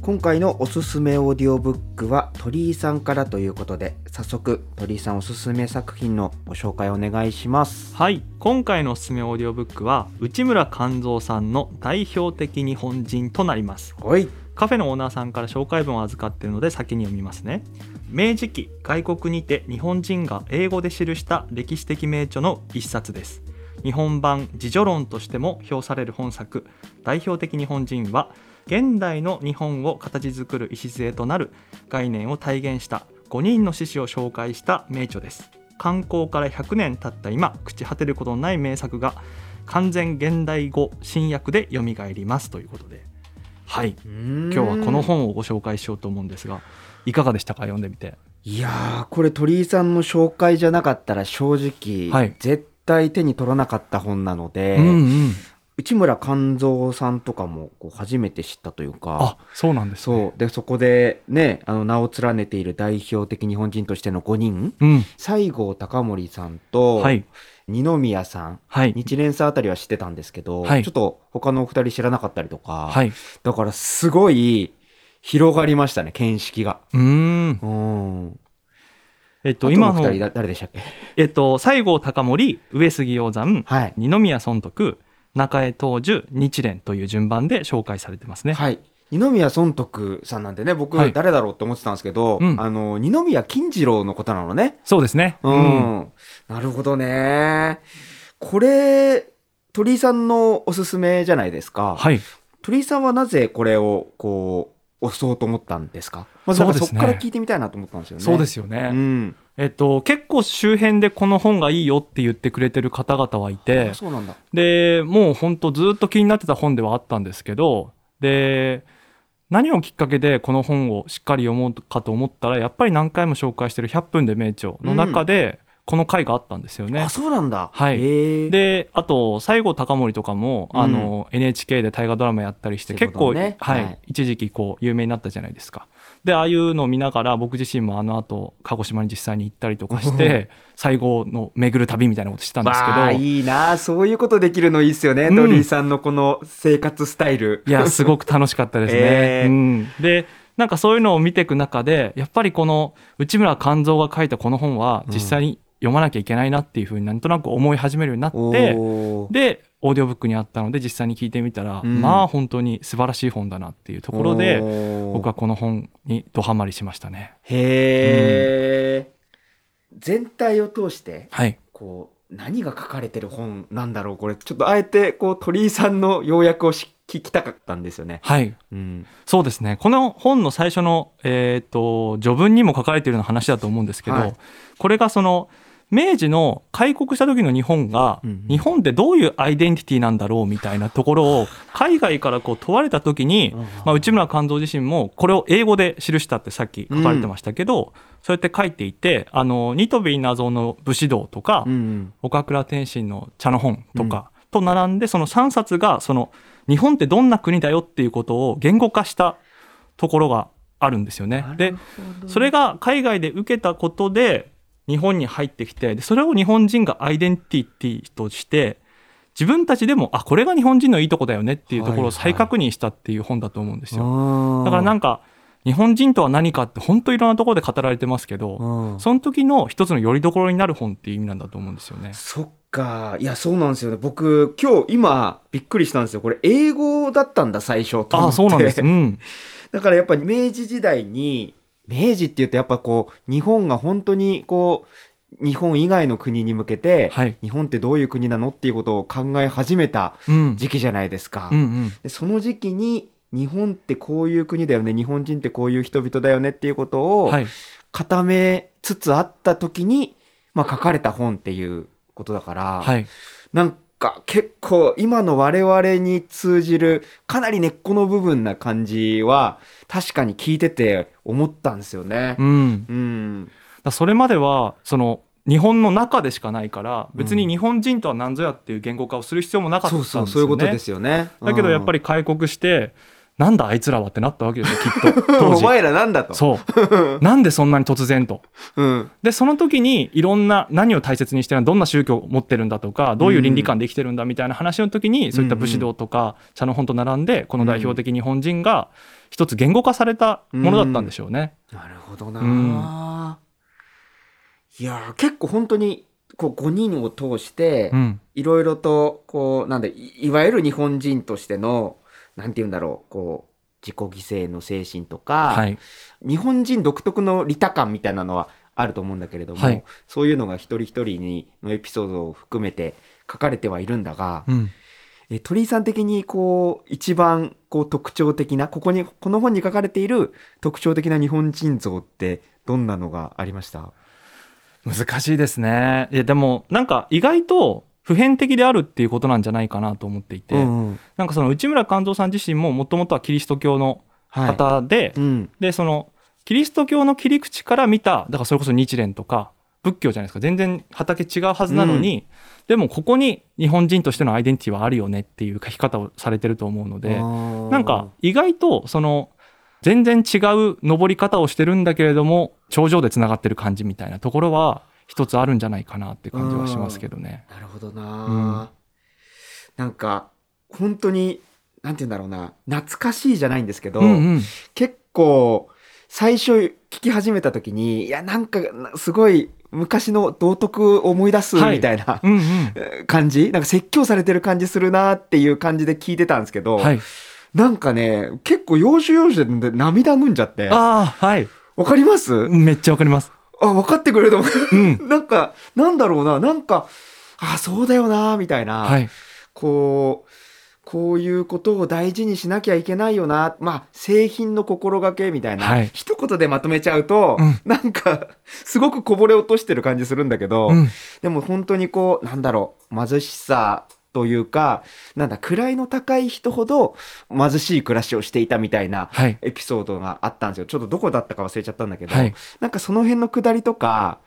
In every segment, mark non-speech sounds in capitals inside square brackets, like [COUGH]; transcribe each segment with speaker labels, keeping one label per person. Speaker 1: 今回のおすすめオーディオブックは鳥居さんからということで早速鳥居さんおすすめ作品のご紹介お願いします
Speaker 2: はい今回のおすすめオーディオブックは内村勘三さんの代表的日本人となります
Speaker 1: はい
Speaker 2: カフェのオーナーさんから紹介文を預かっているので先に読みますね明治期外国にて日本人が英語で記した歴史的名著の一冊です日本版自助論としても評される本作代表的日本人は現代の日本を形作る礎となる概念を体現した5人の志士を紹介した名著です刊行から100年経った今朽ち果てることのない名作が完全現代語新訳で蘇りますということではい
Speaker 1: 今
Speaker 2: 今日はこの本をご紹介しようと思うんですがいかがでしたか読んでみて
Speaker 1: いやーこれ鳥居さんの紹介じゃなかったら正直、
Speaker 2: はい
Speaker 1: 絶対手に取らなかった本なので、
Speaker 2: うん
Speaker 1: 内村勘三さんとかもこう初めて知ったというか
Speaker 2: あそうなんです
Speaker 1: そうでそこでねあの名を連ねている代表的日本人としての5人
Speaker 2: うん
Speaker 1: 西郷隆盛さんと、
Speaker 2: はい
Speaker 1: 二宮さん
Speaker 2: はい
Speaker 1: 日蓮さんあたりは知ってたんですけど、
Speaker 2: はい
Speaker 1: ちょっと他のお二人知らなかったりとか、
Speaker 2: はい
Speaker 1: だからすごい広がりましたね見識が。
Speaker 2: うーん
Speaker 1: うん、
Speaker 2: えっ
Speaker 1: と
Speaker 2: と
Speaker 1: 今
Speaker 2: 今
Speaker 1: のお
Speaker 2: の
Speaker 1: 二人だ誰でしたっけ
Speaker 2: えっと西郷隆盛上杉鷹山
Speaker 1: はい、
Speaker 2: 二宮尊徳中江東樹日蓮という順番で紹介されてますね、
Speaker 1: はい、二宮尊徳さんなんでね僕
Speaker 2: はい
Speaker 1: 誰だろうって思ってたんですけど、
Speaker 2: うん
Speaker 1: あの二宮金次郎のことなのね。
Speaker 2: そうですね
Speaker 1: うんなるほどねこれ鳥居さんのおすすめじゃないですか。
Speaker 2: はい
Speaker 1: 鳥居さんはなぜこれをこう押そうと思ったんですか。まずなんか
Speaker 2: そう
Speaker 1: そ
Speaker 2: です
Speaker 1: こか
Speaker 2: ね
Speaker 1: ら聞いてみたいなと思ったんですよね。
Speaker 2: そうですよね、
Speaker 1: うん。
Speaker 2: えっと結構周辺でこの本がいいよって言ってくれてる方々はいて
Speaker 1: あそうなんだ。
Speaker 2: でもうほんとずっと気になってた本ではあったんですけどで何をきっかけでこの本をしっかり読もうかと思ったらやっぱり何回も紹介してる「100分で名著」の中でこの回があったんですよね。
Speaker 1: あ、そうなんだ。
Speaker 2: はい
Speaker 1: へえ
Speaker 2: であと西郷隆盛とかも、
Speaker 1: うん
Speaker 2: あの NHK で大河ドラマやったりし
Speaker 1: そ
Speaker 2: て
Speaker 1: ういう
Speaker 2: 結
Speaker 1: こと
Speaker 2: 構、
Speaker 1: ね
Speaker 2: はい
Speaker 1: はい
Speaker 2: 一時期こう有名になったじゃないですか。でああいうのを見ながら僕自身もあの後鹿児島に実際に行ったりとかして西郷の巡る旅みたいなことしてたんですけど。
Speaker 1: わあいいなそういうことできるのいいっすよね、
Speaker 2: うん
Speaker 1: 鳥居さんのこの生活スタイル
Speaker 2: いや、すごく楽しかったですね。
Speaker 1: えー
Speaker 2: うん、で、なんかそういうのを見ていく中で、やっぱりこの内村勘三が書いたこの本は、
Speaker 1: うん
Speaker 2: 実際に読まなきゃいけないなっていうふうになんとなく思い始めるように
Speaker 1: [LAUGHS]
Speaker 2: な
Speaker 1: お
Speaker 2: って、
Speaker 1: ー
Speaker 2: で、オーディオブックにあったので、実際に聞いてみたら、
Speaker 1: うん
Speaker 2: まあ本当に素晴らしい本だなっていうところで、
Speaker 1: おー
Speaker 2: 僕はこの本にドハマりしましたね。
Speaker 1: へえ、全体を通して
Speaker 2: はい。
Speaker 1: こう何が書かれてる本なんだろうこれちょっとあえてこう鳥居さんの要約をし聞きたかったんですよね、
Speaker 2: はい。
Speaker 1: うん、
Speaker 2: そうですねこの本の最初の、えー、と序文にも書かれているような話だと思うんですけど、
Speaker 1: はい
Speaker 2: これがその明治の開国した時の日本が、
Speaker 1: うんうん
Speaker 2: 日本ってどういうアイデンティティなんだろうみたいなところ
Speaker 1: [LAUGHS]
Speaker 2: を海外からこう問われた時に、まあ、内村勘三自身もこれを英語で記したってさっき書かれてましたけど、そうやって書いていてあのニトビ謎の武士道とか、
Speaker 1: うん
Speaker 2: 岡倉天心の茶の本とかと並んで、その3冊がその日本ってどんな国だよっていうことを言語化したところがあるんですよね。でそれが海外で受けたことで日本に入ってきてでそれを日本人がアイデンティティとして自分たちでもあこれが日本人のいいとこだよねっていうところを再確認したっていう本だと思うんですよ。だからなんんか日本人とは何かって本当いろんなところで語られてますけど、
Speaker 1: うん
Speaker 2: その時の一つの拠り所になる本っていう意味なんだと思うんですよね。
Speaker 1: そっか。いや、そうなんですよね。僕、今日、今、びっくりしたんですよ。これ、英語だったんだ、最初。と思って
Speaker 2: あそうなんです。うん。
Speaker 1: [LAUGHS] だから、やっぱり明治時代に、明治って言うと、やっぱこう、日本が本当に、こう、日本以外の国に向けて、
Speaker 2: はい
Speaker 1: 日本ってどういう国なのっていうことを考え始めた
Speaker 2: うん。
Speaker 1: [LAUGHS] 時期じゃないですか。
Speaker 2: うんうん。
Speaker 1: でその時期に、日本ってこういう国だよね、日本人ってこういう人々だよねっていうことを
Speaker 2: はい。
Speaker 1: 固めつつあった時に、まあ、書かれた本っていうことだから、
Speaker 2: はい。
Speaker 1: なんか結構今の我々に通じるかなり根っこの部分な感じは確かに聞いてて思ったんですよね
Speaker 2: う。ん、
Speaker 1: うん。
Speaker 2: だそれまではその日本の中でしかないから別に日本人とは何ぞやっていう言語化をする必要もなかった
Speaker 1: そ
Speaker 2: ん
Speaker 1: う
Speaker 2: です
Speaker 1: そ
Speaker 2: よ
Speaker 1: う、
Speaker 2: ね。
Speaker 1: そういうことですよね。
Speaker 2: だけどやっぱ
Speaker 1: り、
Speaker 2: り開国して、なんだあいつらはってなったわけですよ
Speaker 1: [LAUGHS]
Speaker 2: きっと当
Speaker 1: お
Speaker 2: 時。
Speaker 1: 前らなんだと。 [LAUGHS]
Speaker 2: そうなんでそんなに突然と。
Speaker 1: うん。
Speaker 2: でその時にいろんな何を大切にしてるどんな宗教を持ってるんだとかどういう倫理観で生きてるんだみたいな話の時に、そういった武士道とか茶の本と並んでこの代表的日本人が一つ言語化されたものだったんでしょうね。
Speaker 1: なるほどな、
Speaker 2: うん
Speaker 1: いやー結構本当にこう5人を通して
Speaker 2: うん
Speaker 1: いろいろとこうなんだいいわゆる日本人としてのなんて言うんだろうこう自己犠牲の精神とか、
Speaker 2: はい、
Speaker 1: 日本人独特の利他感みたいなのはあると思うんだけれども、
Speaker 2: はい
Speaker 1: そういうのが一人一人にのエピソードを含めて書かれてはいるんだが、
Speaker 2: うん
Speaker 1: え鳥居さん的にこう一番こう特徴的なここにこの本に書かれている特徴的な日本人像ってどんなのがありました
Speaker 2: 難しいですね。いやでもなんか意外と普遍的であるっていうことなんじゃないかなと思っていて、
Speaker 1: うんうん
Speaker 2: なんかその内村勘三さん自身ももともとはキリスト教の
Speaker 1: はい
Speaker 2: 方で、
Speaker 1: うん
Speaker 2: でそのキリスト教の切り口から見ただからそれこそ日蓮とか仏教じゃないですか全然畑違うはずなのに、でもここに日本人としてのアイデンティティはあるよねっていう書き方をされてると思うのでなんか意外とその全然違う登り方をしてるんだけれども頂上でつながってる感じみたいなところは一つあるんじゃないかなって感じはしますけどね。
Speaker 1: なるほどな、なんか本当になんて言うんだろうな懐かしいじゃないんですけど、
Speaker 2: うんうん
Speaker 1: 結構最初聞き始めた時にいやなんかなすごい昔の道徳を思い出す
Speaker 2: はい
Speaker 1: みたいな、
Speaker 2: うんうん
Speaker 1: 感じなんか説教されてる感じするなっていう感じで聞いてたんですけど、
Speaker 2: はい、
Speaker 1: なんかね結構要所要所で涙ぐんじゃってわ
Speaker 2: ああはい
Speaker 1: かります、
Speaker 2: めっちゃわかります。
Speaker 1: あ分かってくれると思う
Speaker 2: うん、
Speaker 1: なんか、なんだろうな、なんか、あ、そうだよな、みたいな、
Speaker 2: はい、
Speaker 1: こう、こういうことを大事にしなきゃいけないよな、まあ、製品の心がけみたいな、
Speaker 2: はい
Speaker 1: 一言でまとめちゃうと、
Speaker 2: うん
Speaker 1: なんか、すごくこぼれ落としてる感じするんだけど、
Speaker 2: うん
Speaker 1: でも本当にこう、なんだろう、貧しさ、というか、なんだ、位の高い人ほど貧しい暮らしをしていたみたいな
Speaker 2: はい
Speaker 1: エピソードがあったんですよ。ちょっとどこだったか忘れちゃったんだけど、
Speaker 2: はい
Speaker 1: なんかその辺のくだりとか、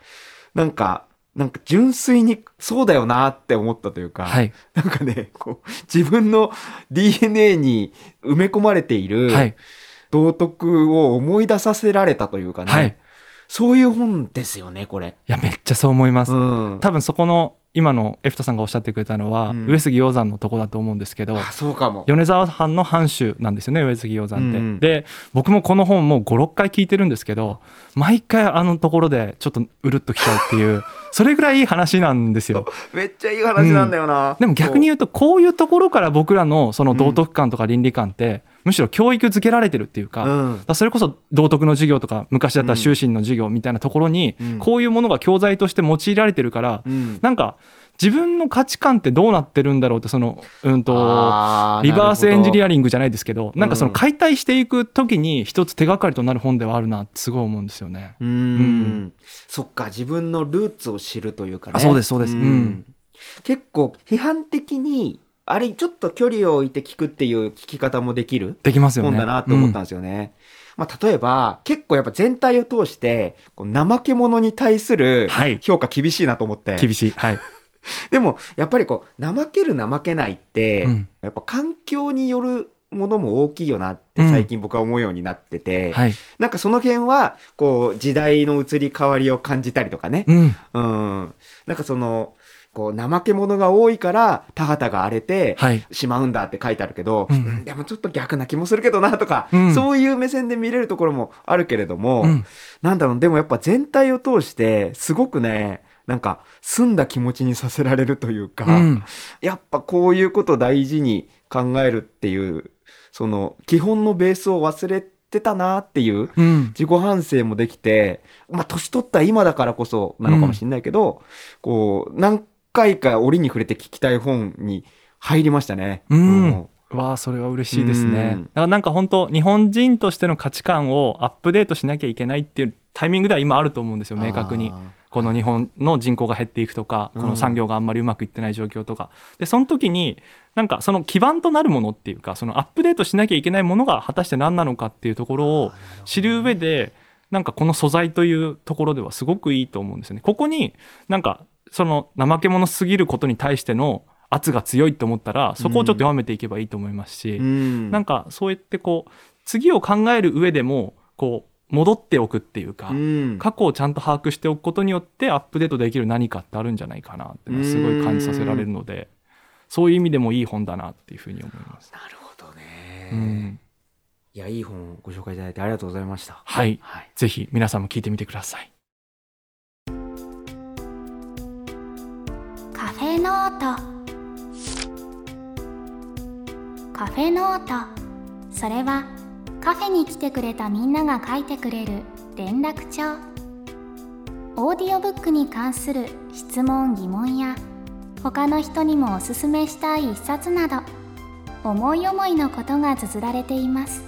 Speaker 1: なんか、なんか純粋にそうだよなって思ったというか、
Speaker 2: はい
Speaker 1: なんかね、こう、自分の DNA に埋め込まれている
Speaker 2: はい
Speaker 1: 道徳を思い出させられたというかね、
Speaker 2: はい
Speaker 1: そういう本ですよね、これ。
Speaker 2: いや、めっちゃそう思います。
Speaker 1: うん。
Speaker 2: 多分そこの、今のエフタさんがおっしゃってくれたのは、
Speaker 1: うん
Speaker 2: 上杉鷹山のとこだと思うんですけど、
Speaker 1: あ、そうかも。
Speaker 2: 米沢藩の藩主なんですよね、上杉鷹山って。
Speaker 1: うんうん
Speaker 2: で、僕もこの本もう5、6回聞いてるんですけど、毎回あのところでちょっとうるっときちゃうっ
Speaker 1: [LAUGHS]
Speaker 2: ていう、それぐらいいい話なんですよ。
Speaker 1: めっちゃいい話なんだよな。
Speaker 2: でも逆に言うと、こういうところから僕らのその道徳観とか倫理観って、むしろ教育づけられてるっていうか、
Speaker 1: そう、うん
Speaker 2: だか。らそれこそ道徳の授業とか昔だったら修身の授業みたいなところに
Speaker 1: うん
Speaker 2: こういうものが教材として用いられてるから
Speaker 1: うん。
Speaker 2: なんか自分の価値観ってどうなってるんだろうってそのうんと
Speaker 1: あ
Speaker 2: リバースエンジニ
Speaker 1: ア。
Speaker 2: アリングじゃないですけどなんかその解体していく時に一つ手がかりとなる本ではあるなってすごい思うんですよね。
Speaker 1: うん,、
Speaker 2: ん
Speaker 1: そっか、自分のルーツを知るというかね。
Speaker 2: あそうですそうです
Speaker 1: ん
Speaker 2: うん
Speaker 1: 結構、批判的に、あれ、ちょっと距離を置いて聞くっていう聞き方もできる
Speaker 2: できますよ
Speaker 1: 本
Speaker 2: ね。
Speaker 1: だなと思ったんですよね。まあ、例えば、結構やっぱ全体を通して、こう怠け者に対する
Speaker 2: はい
Speaker 1: 評価厳しいなと思って。
Speaker 2: うん厳しい。はい。
Speaker 1: でも、やっぱりこう、怠ける怠けないって、
Speaker 2: うん
Speaker 1: やっぱ環境によるものも大きいよなって
Speaker 2: うん
Speaker 1: 最近僕は思うようになってて、
Speaker 2: はい。
Speaker 1: なんかその辺は、こう、時代の移り変わりを感じたりとかね。
Speaker 2: うん。
Speaker 1: うん。なんかその、こう、怠け者が多いから、田畑が荒れて、
Speaker 2: はい。
Speaker 1: しまうんだって書いてあるけど、
Speaker 2: うん
Speaker 1: うんでもちょっと逆な気もするけどなとか、
Speaker 2: うん
Speaker 1: そういう目線で見れるところもあるけれども、
Speaker 2: うん。
Speaker 1: なんだろう、でもやっぱ全体を通して、すごくね、なんか、澄んだ気持ちにさせられるというか、
Speaker 2: うん。
Speaker 1: やっぱこういうことを大事に考えるっていう、その、基本のベースを忘れてたなっていう
Speaker 2: うん。
Speaker 1: 自己反省もできて、まあ、年取った今だからこそなのかもしれないけど、こう、何回か折に触れて聞きたい本に入りましたね。
Speaker 2: うん
Speaker 1: うん
Speaker 2: わあそれは嬉しいです
Speaker 1: う
Speaker 2: ね
Speaker 1: ん
Speaker 2: だからなんか本当日本人としての価値観をアップデートしなきゃいけないっていうタイミングでは今あると思うんですよ明確に
Speaker 1: あー
Speaker 2: ここの日本の人口が減っていくとか、
Speaker 1: うん
Speaker 2: この産業があんまりうまくいってない状況とかでその時になんかその基盤となるものっていうかそのアップデートしなきゃいけないものが果たして何なのかっていうところを知る上でなんかこの素材というところではすごくいいと思うんですよね。ここになんかその怠け者すぎることに対しての圧が強いと思ったらそこをちょっと弱めていけばいいと思いますし、
Speaker 1: うん
Speaker 2: なんかそうやってこう次を考える上でもこう戻っておくっていうか、
Speaker 1: うん
Speaker 2: 過去をちゃんと把握しておくことによってアップデートできる何かってあるんじゃないかなっていうのはすごい感じさせられるのでそういう意味でもいい本だなっていうふうに思います。
Speaker 1: なるほどね、
Speaker 2: うん
Speaker 1: いやいい本をご紹介いただいてありがとうございました
Speaker 2: はい
Speaker 1: はい
Speaker 2: ぜひ皆さんも聞いてみてください。
Speaker 3: カフェノートカフェノートそれはカフェに来てくれたみんなが書いてくれる連絡帳オーディオブックに関する質問疑問や他の人にもおすすめしたい一冊など思い思いのことが綴られています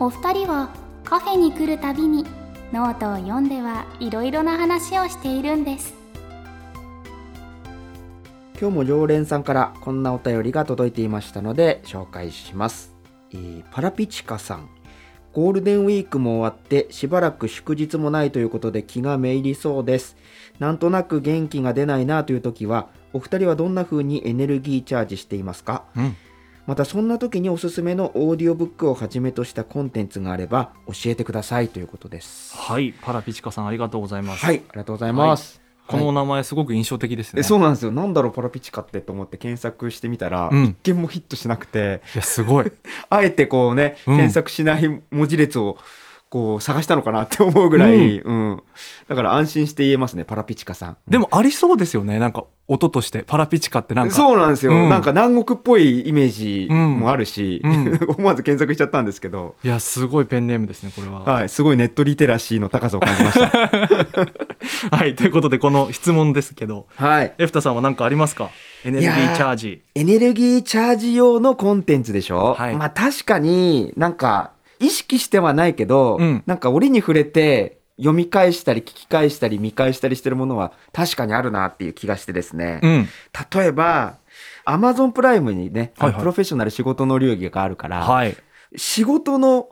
Speaker 3: お二人はカフェに来るたびにノートを読んではいろいろな話をしているんです
Speaker 1: 今日も常連さんからこんなお便りが届いていましたので紹介します、えーパラピチカさんゴールデンウィークも終わってしばらく祝日もないということで気がめいりそうですなんとなく元気が出ないなという時はお二人はどんな風にエネルギーチャージしていますか
Speaker 2: うん
Speaker 1: またそんな時におすすめのオーディオブックをはじめとしたコンテンツがあれば教えてくださいということです
Speaker 2: はいパラピチカさんありがとうございます。
Speaker 1: はいありがとうございます、
Speaker 2: このお名前すごく印象的ですね。
Speaker 1: えそうなんですよなんだろうパラピチカってと思って検索してみたら、
Speaker 2: うん
Speaker 1: 一見もヒットしなくて
Speaker 2: いやすごい。
Speaker 1: あえてこうね、
Speaker 2: うん
Speaker 1: 検索しない文字列をこう探したのかなって思うぐらい、うんだから安心して言えますね、パラピチカさん。
Speaker 2: でもありそうですよねなんか音としてパラピチカってなんか
Speaker 1: そうなんですよ、
Speaker 2: うん
Speaker 1: なんか南国っぽいイメージもあるし、
Speaker 2: うん
Speaker 1: [LAUGHS] 思わず検索しちゃったんですけど、
Speaker 2: いやすごいペンネームですねこれは。
Speaker 1: はい、すごいネットリテラシーの高さを感じました。
Speaker 2: [LAUGHS] はい、ということでこの質問ですけど
Speaker 1: はい、
Speaker 2: エフタさんは何かありますかエネルギーチャージ。
Speaker 1: エネルギーチャージ用のコンテンツでしょ、
Speaker 2: はい
Speaker 1: まあ確かになんか意識してはないけど、
Speaker 2: うん
Speaker 1: なんか折に触れて読み返したり聞き返したり見返したりしてるものは確かにあるなっていう気がしてですね。
Speaker 2: ん。
Speaker 1: 例えば、アマゾンプライムにね、
Speaker 2: はいはい
Speaker 1: プロフェッショナル仕事の流儀があるから、
Speaker 2: はい。
Speaker 1: 仕事の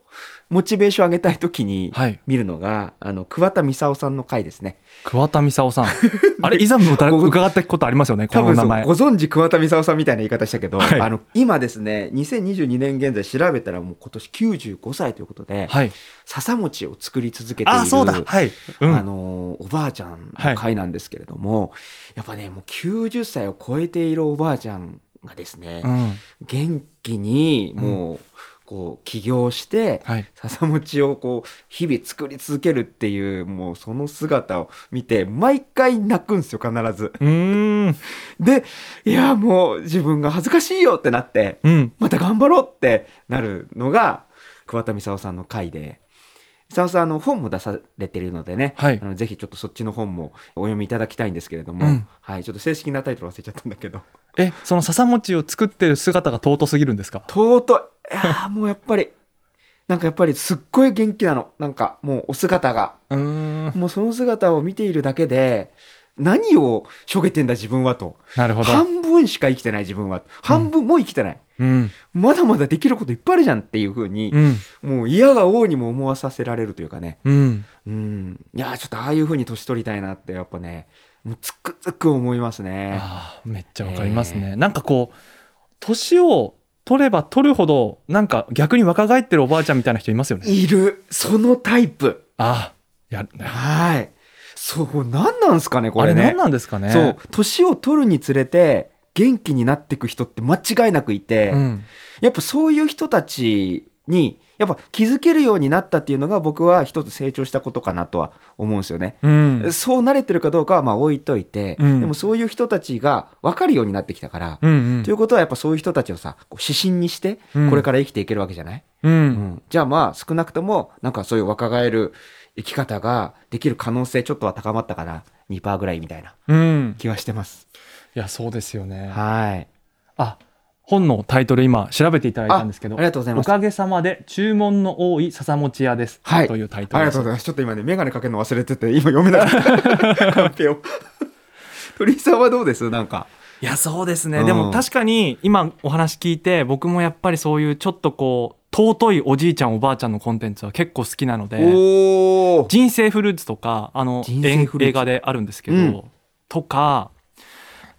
Speaker 1: モチベーション上げたい時に
Speaker 2: はい。
Speaker 1: 見るのが、あの、桑田勲さんの回ですね。
Speaker 2: 桑田美 [LAUGHS] 沙さん。あれ、以前も
Speaker 1: ご
Speaker 2: 伺ったことありますよね、こ
Speaker 1: 多
Speaker 2: のお
Speaker 1: 分そ
Speaker 2: 名
Speaker 1: う
Speaker 2: 前。
Speaker 1: ご存知桑田勲さんみたいな言い方したけど、
Speaker 2: はい
Speaker 1: あの、今ですね、2022年現在調べたらもう今年95歳ということで、
Speaker 2: はい。
Speaker 1: 笹餅を作り続けている。
Speaker 2: あ、そうだ。はい。う
Speaker 1: あ
Speaker 2: ん。
Speaker 1: のおばあちゃんの回なんですけれども、やっぱねもう90歳を超えているおばあちゃんがですね、
Speaker 2: うん。
Speaker 1: 元気にもう、こう起業して
Speaker 2: はい。
Speaker 1: 笹餅をこう日々作り続けるっていうもうその姿を見て毎回泣くんですよ必ず。
Speaker 2: うーん。
Speaker 1: でいやもう自分が恥ずかしいよってなって
Speaker 2: うん。
Speaker 1: また頑張ろうってなるのが桑田功さんの回で。功さんあの本も出されているのでね、
Speaker 2: はい
Speaker 1: あのぜひちょっとそっちの本もお読みいただきたいんですけれども、
Speaker 2: うん
Speaker 1: はい、ちょっと正式なタイトル忘れちゃったんだけど
Speaker 2: え、その笹餅を作ってる姿が尊すぎるんですか
Speaker 1: 尊い。いやーもうやっぱり、なんかやっぱりすっごい元気なの。なんかもうお姿が。
Speaker 2: うーん。
Speaker 1: もうその姿を見ているだけで、何をしょげてんだ自分はと。
Speaker 2: なるほど。
Speaker 1: 半分しか生きてない自分は。半分も生きてない。
Speaker 2: うん。
Speaker 1: まだまだできることいっぱいあるじゃんっていう風に
Speaker 2: う、ん。
Speaker 1: もう嫌が王にも思わさせられるというかね。
Speaker 2: うん。
Speaker 1: うん。いやーちょっとああいう風に年取りたいなってやっぱね、もうつくづく思いますね。
Speaker 2: ああ、めっちゃわかります
Speaker 1: え
Speaker 2: ね。なんかこう、年を取れば取るほど、なんか逆に若返ってるおばあちゃんみたいな人いますよね。
Speaker 1: いる。そのタイプ。
Speaker 2: ああ、や、
Speaker 1: はい。そう、何なんすかね、こ
Speaker 2: あ
Speaker 1: れ
Speaker 2: れ
Speaker 1: ね。
Speaker 2: 何なんですかね。
Speaker 1: そう。年を取るにつれて元気になっていく人って間違いなくいて、
Speaker 2: うん。
Speaker 1: やっぱそういう人たちにやっぱ気づけるようになったっていうのが僕は一つ成長したことかなとは思うんですよね。
Speaker 2: うん。
Speaker 1: そう慣れてるかどうかはまあ置いといて、
Speaker 2: うん
Speaker 1: でもそういう人たちが分かるようになってきたから、
Speaker 2: うんうん
Speaker 1: ということはやっぱそういう人たちをさこう指針にして
Speaker 2: うん
Speaker 1: これから生きていけるわけじゃない、
Speaker 2: うん
Speaker 1: うんじゃあまあ少なくともなんかそういう若返る生き方ができる可能性ちょっとは高まったかな2%ぐらいみたいな
Speaker 2: うん、
Speaker 1: 気はしてます。
Speaker 2: いやそうですよね。
Speaker 1: はい。
Speaker 2: あ本のタイトル今調べていただい
Speaker 1: あ
Speaker 2: たんですけど
Speaker 1: ありがとうござい
Speaker 2: お
Speaker 1: ます。
Speaker 2: かげさまで注文の多い笹餅屋です、
Speaker 1: はい
Speaker 2: というタイト
Speaker 1: ありが
Speaker 2: ルです
Speaker 1: とうございます。ちょっと今ね、メガネかけるの忘れてて、今読めなか
Speaker 2: [LAUGHS]
Speaker 1: った。カンペを。鳥居さんはどうですなんか。
Speaker 4: いやそうです
Speaker 1: う
Speaker 4: ね
Speaker 1: ん
Speaker 4: でも確
Speaker 2: 確かに今お話聞いて僕もやっぱりそういうちょっとこう尊いおじいちゃんおばあちゃんのコンテンツは結構好きなので
Speaker 1: おー
Speaker 2: 「人生フルーツ」とかあの
Speaker 1: 人生フルーツ
Speaker 2: 映映画であるんですけど、
Speaker 1: うん
Speaker 2: とか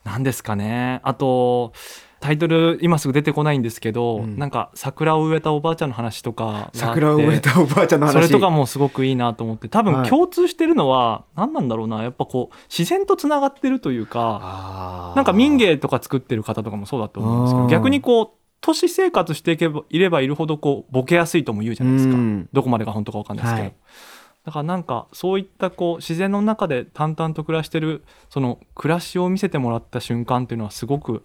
Speaker 2: なんですかねあとタイトル今すぐ出てこないんですけど、
Speaker 1: うん
Speaker 2: なんか桜を植えたおばあちゃんの話とかがあって
Speaker 1: 桜を植えたおばあちゃんの話。
Speaker 2: それとかもすごくいいなと思って多
Speaker 1: は
Speaker 2: 分
Speaker 1: い
Speaker 2: 共通してるのは何なんだろうなやっぱこう自然とつながってるというか
Speaker 1: あー
Speaker 2: なんか民芸とか作ってる方とかもそうだと思うんですけ
Speaker 1: あー
Speaker 2: ど逆にこう都市生活していけばいればいるほどこうボケやすいとも言うじゃないですか
Speaker 1: うん
Speaker 2: どこまでが本当か分かんないですけど、
Speaker 1: はい
Speaker 2: だからなんかそういったこう自然の中で淡々と暮らしてるその暮らしを見せてもらった瞬間っていうのはすごく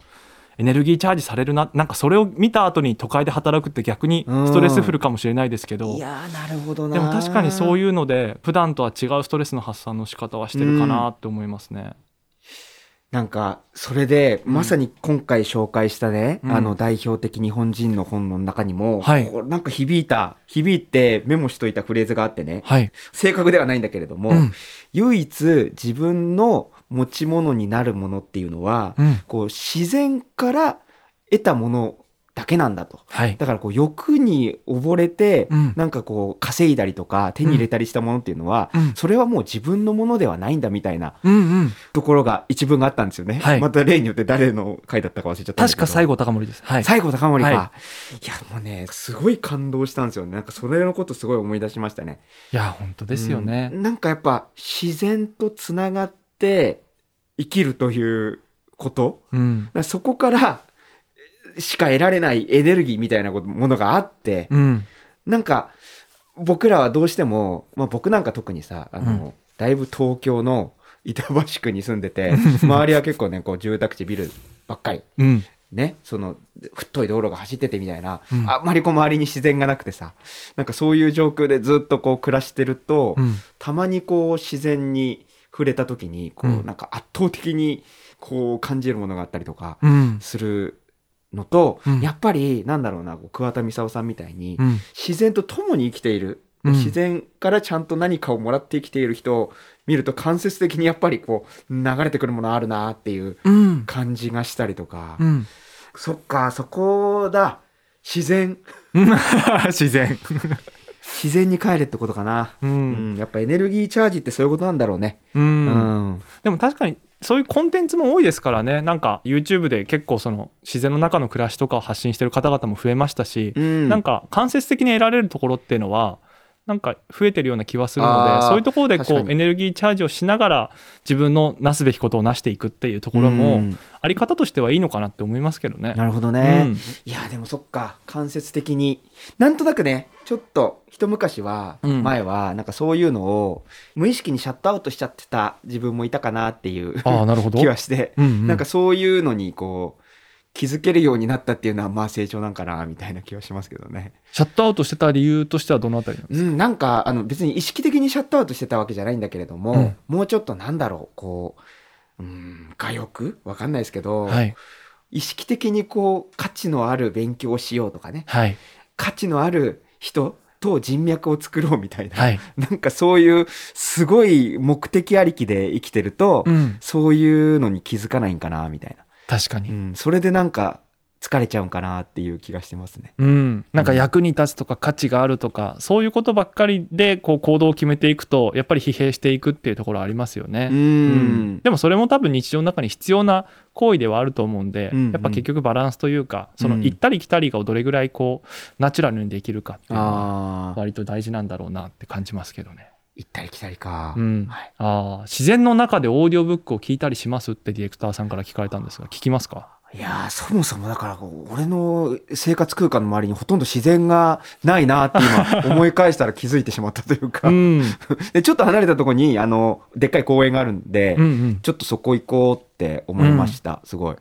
Speaker 2: エネルギーチャージされるななんかそれを見た後に都会で働くって逆にストレスフルかもしれないですけど。
Speaker 1: いやーなるほどな
Speaker 2: でも確かにそう
Speaker 1: いう
Speaker 2: いうので普段とは違うストレスの発散の仕方はしてるかなって思いますね。
Speaker 1: なんかそれで
Speaker 2: うん
Speaker 1: まさに今回紹介したね、
Speaker 2: うん
Speaker 1: あの代表的日本人の本の中にも、
Speaker 2: はい
Speaker 1: こうなんか響いた響いてメモしといたフレーズがあってね
Speaker 2: はい、
Speaker 1: 正確ではないんだけれども、
Speaker 2: うん
Speaker 1: 唯一自分の持ち物になるものっていうのは、
Speaker 2: うん
Speaker 1: こう自然から得たものだけなんだと
Speaker 2: はい
Speaker 1: だからこう欲に溺れて、
Speaker 2: うん
Speaker 1: なんかこう稼いだりとか手に入れたりしたものっていうのは、
Speaker 2: うん
Speaker 1: それはもう自分のものではないんだみたいな
Speaker 2: うんうん、
Speaker 1: ところが一文があったんですよね、
Speaker 2: はい
Speaker 1: また例によって誰の回だったか忘れちゃったんだけ
Speaker 2: 確
Speaker 1: ど
Speaker 2: か西郷隆盛です。はい、
Speaker 1: 最後高森か、、
Speaker 2: はい
Speaker 1: やもうねすごい感動したんですよねなんかそれのことすごい思い出しましたね
Speaker 2: いや本当ですよね。
Speaker 1: うんなんかやっぱ自然とつながって生きるということ
Speaker 2: うん
Speaker 1: だからそこからしか得られないエネルギーみたいなことものがあって、
Speaker 2: うん
Speaker 1: なんか僕らはどうしても、まあ、僕なんか特にさあの、だいぶ東京の [LAUGHS] 板橋区に住んで
Speaker 2: [LAUGHS]
Speaker 1: て周りは結構ねこう住宅地ビルばっかり
Speaker 2: うん
Speaker 1: ねその太い道路が走っててみたいな、
Speaker 2: うん
Speaker 1: あんまりこう周りに自然がなくてさなんかそういう状況でずっとこう暮らしてると、
Speaker 2: うん
Speaker 1: たまにこう自然に触れた時にこ
Speaker 2: う
Speaker 1: うんなんか圧倒的にこう感じるものがあったりとか
Speaker 2: うん
Speaker 1: するのと、
Speaker 2: うん
Speaker 1: やっぱりなんだろうなこう桑田美沙さんみたいに
Speaker 2: うん
Speaker 1: 自然と共に生きている、
Speaker 2: うん
Speaker 1: 自然からちゃんと何かをもらって生きている人を見ると間接的にやっぱりこう流れてくるものあるなっていう
Speaker 2: うん
Speaker 1: 感じがしたりとか、
Speaker 2: うん
Speaker 1: そっかそこだ自然
Speaker 2: [LAUGHS] 自然。
Speaker 1: 自然に帰れってことかな、
Speaker 2: う
Speaker 1: うん
Speaker 2: ん
Speaker 1: やっぱエネルギーチャージってそういうことなんだろうね
Speaker 2: う。
Speaker 1: うんん、
Speaker 2: でも確かにそういうコンテンツも多いですからねなんか YouTube で結構その自然の中の暮らしとかを発信してる方々も増えましたし、
Speaker 1: うん
Speaker 2: なんか間接的に得られるところっていうのはなんか増えてるような気はするの
Speaker 1: あ
Speaker 2: で
Speaker 1: ー
Speaker 2: そういうところで
Speaker 1: 確
Speaker 2: こ
Speaker 1: か
Speaker 2: う
Speaker 1: に
Speaker 2: エネルギーチャージをしながら自分のなすべきことをなしていくっていうところ
Speaker 1: う
Speaker 2: も
Speaker 1: ん
Speaker 2: あり方としてはいいのかなって思いますけどね。
Speaker 1: なるほどね、
Speaker 2: うん
Speaker 1: いやでもそっか間接的になんとなくねちょっと一昔は
Speaker 2: うん
Speaker 1: 前はなんかそういうのを無意識にシャットアウトしちゃってた自分もいたかなっていう
Speaker 2: ああなるほど。
Speaker 1: 気はして、
Speaker 2: うんうん
Speaker 1: なんかそういうのにこう気づけるようになったっていうのはまあ成長なんかなみたいな気はしますけどね。
Speaker 2: シャットアウトしてた理由としてはどのあたりなんです
Speaker 1: うん、なんかあの別に意識的にシャットアウトしてたわけじゃないんだけれども、
Speaker 2: うん
Speaker 1: もうちょっとなんだろうこううん我欲わかんないですけど、
Speaker 2: かはい
Speaker 1: 意識的にこう価値のある勉強をしようとかね
Speaker 2: はい
Speaker 1: 価値のある人と人脈を作ろうみたいな、
Speaker 2: はい。
Speaker 1: なんかそういうすごい目的ありきで生きてると、
Speaker 2: うん
Speaker 1: そういうのに気づかないんかなみたいな、
Speaker 2: 確か
Speaker 1: う
Speaker 2: に。
Speaker 1: ん、それでなんか疲れちゃうんかなっていう気がしてますね。
Speaker 2: うん、なんか役に立つとか価値があるとかそういうことばっかりでこう行動を決めていくとやっぱり疲弊していくっていうところありますよ
Speaker 1: う、
Speaker 2: ね。うんでもそれも多分日常の中に必要な行為ではあると思うんで、
Speaker 1: うんうん
Speaker 2: やっぱ結局バランスというかそうの
Speaker 1: ん
Speaker 2: 行ったり来たりがどれぐらいこうナチュラルにできるかっていうのは
Speaker 1: ああ
Speaker 2: 割と大事なんだろうなって感じますけどね。
Speaker 1: 行ったり来たりか。
Speaker 2: うん
Speaker 1: はい
Speaker 2: あー自然の中でオーディオブックを聞いたりしますってディレクターさんから聞かれたんですが聞きますか
Speaker 1: いやーそもそもだからこう俺の生活空間の周りにほとんど自然がないなって今思い返したら気づいてしまったというか、
Speaker 2: [LAUGHS] うん、
Speaker 1: でちょっと離れたところにあのでっかい公園があるんで、
Speaker 2: うんうん
Speaker 1: ちょっとそこ行こうって思いました、すごい。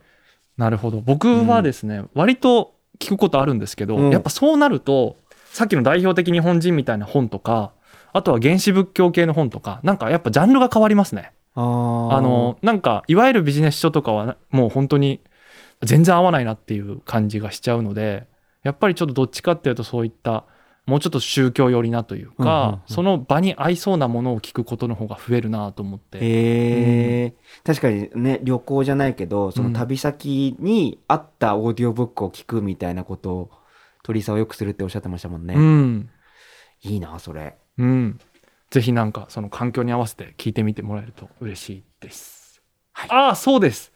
Speaker 2: なるほど僕はですね、割と聞くことあるんですけど、
Speaker 1: うん
Speaker 2: やっぱそうなるとさっきの代表的日本人みたいな本とかあとは原始仏教系の本とかなんかやっぱジャンルが変わりますね。
Speaker 1: あー
Speaker 2: あのなんかいわゆるビジネス書とかはもう本当に全然合わないなっていう感じがしちゃうのでやっぱりちょっとどっちかっていうとそういったもうちょっと宗教寄りなというか、
Speaker 1: うんうんうん
Speaker 2: その場に合いそうなものを聞くことの方が増えるなと思って、
Speaker 1: へえ確かにね旅行じゃないけどその旅先にあったオーディオブックを聞くみたいなことを鳥居さんはよくするっておっしゃってましたもんね、
Speaker 2: うん
Speaker 1: いいなそれ
Speaker 2: うん、ぜひなんかその環境に合わせて聞いてみてもらえると嬉しいです。
Speaker 1: はい
Speaker 2: ああそうです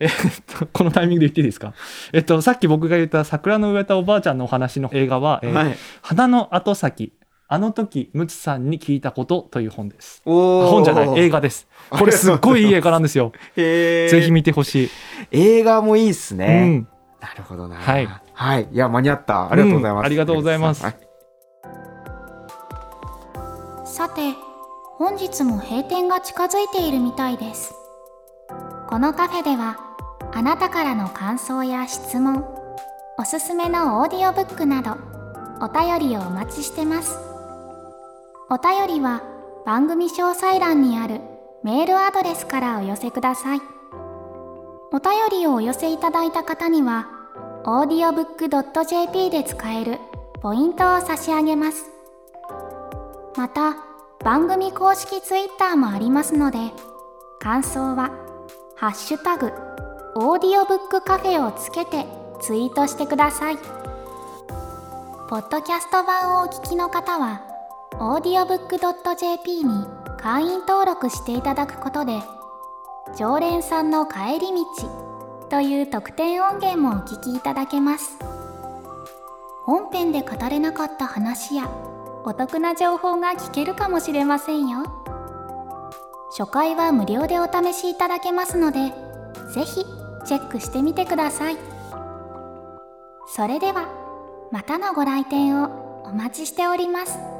Speaker 2: えっとこのタイミングで言っていいですか、えっと、さっき僕が言った桜の植えたおばあちゃんのお話の映画は「えー
Speaker 1: はい
Speaker 2: 花の後先あの時ムツさんに聞いたこと」という本です。
Speaker 1: おー
Speaker 2: 本じゃない映画です。これすっごい
Speaker 1: [LAUGHS]
Speaker 2: いい映画なんですよ。
Speaker 1: へー
Speaker 2: ぜひ見てほしい。
Speaker 1: 映画もいいっす
Speaker 2: う
Speaker 1: ね、
Speaker 2: ん
Speaker 1: なるほどな
Speaker 2: はい、
Speaker 1: はい、いや間に合ったありがとうございます、
Speaker 2: うんありがとうございます
Speaker 1: はい
Speaker 3: さて本日も閉店が近づいているみたいですこのカフェではあなたからの感想や質問おすすめのオーディオブックなどお便りをお待ちしてますお便りは番組詳細欄にあるメールアドレスからお寄せくださいお便りをお寄せいただいた方には audiobook.jp で使えるポイントを差し上げますまた番組公式ツイッターもありますので感想は「ハッシュタグオーディオブックカフェ」をつけてツイートしてくださいポッドキャスト版をお聞きの方は audiobook.jp に会員登録していただくことで「常連さんの帰り道」という特典音源もお聞きいただけます本編で語れなかった話やお得な情報が聞けるかもしれませんよ初回は無料でお試しいただけますのでぜひチェックしてみてくださいそれではまたのご来店をお待ちしております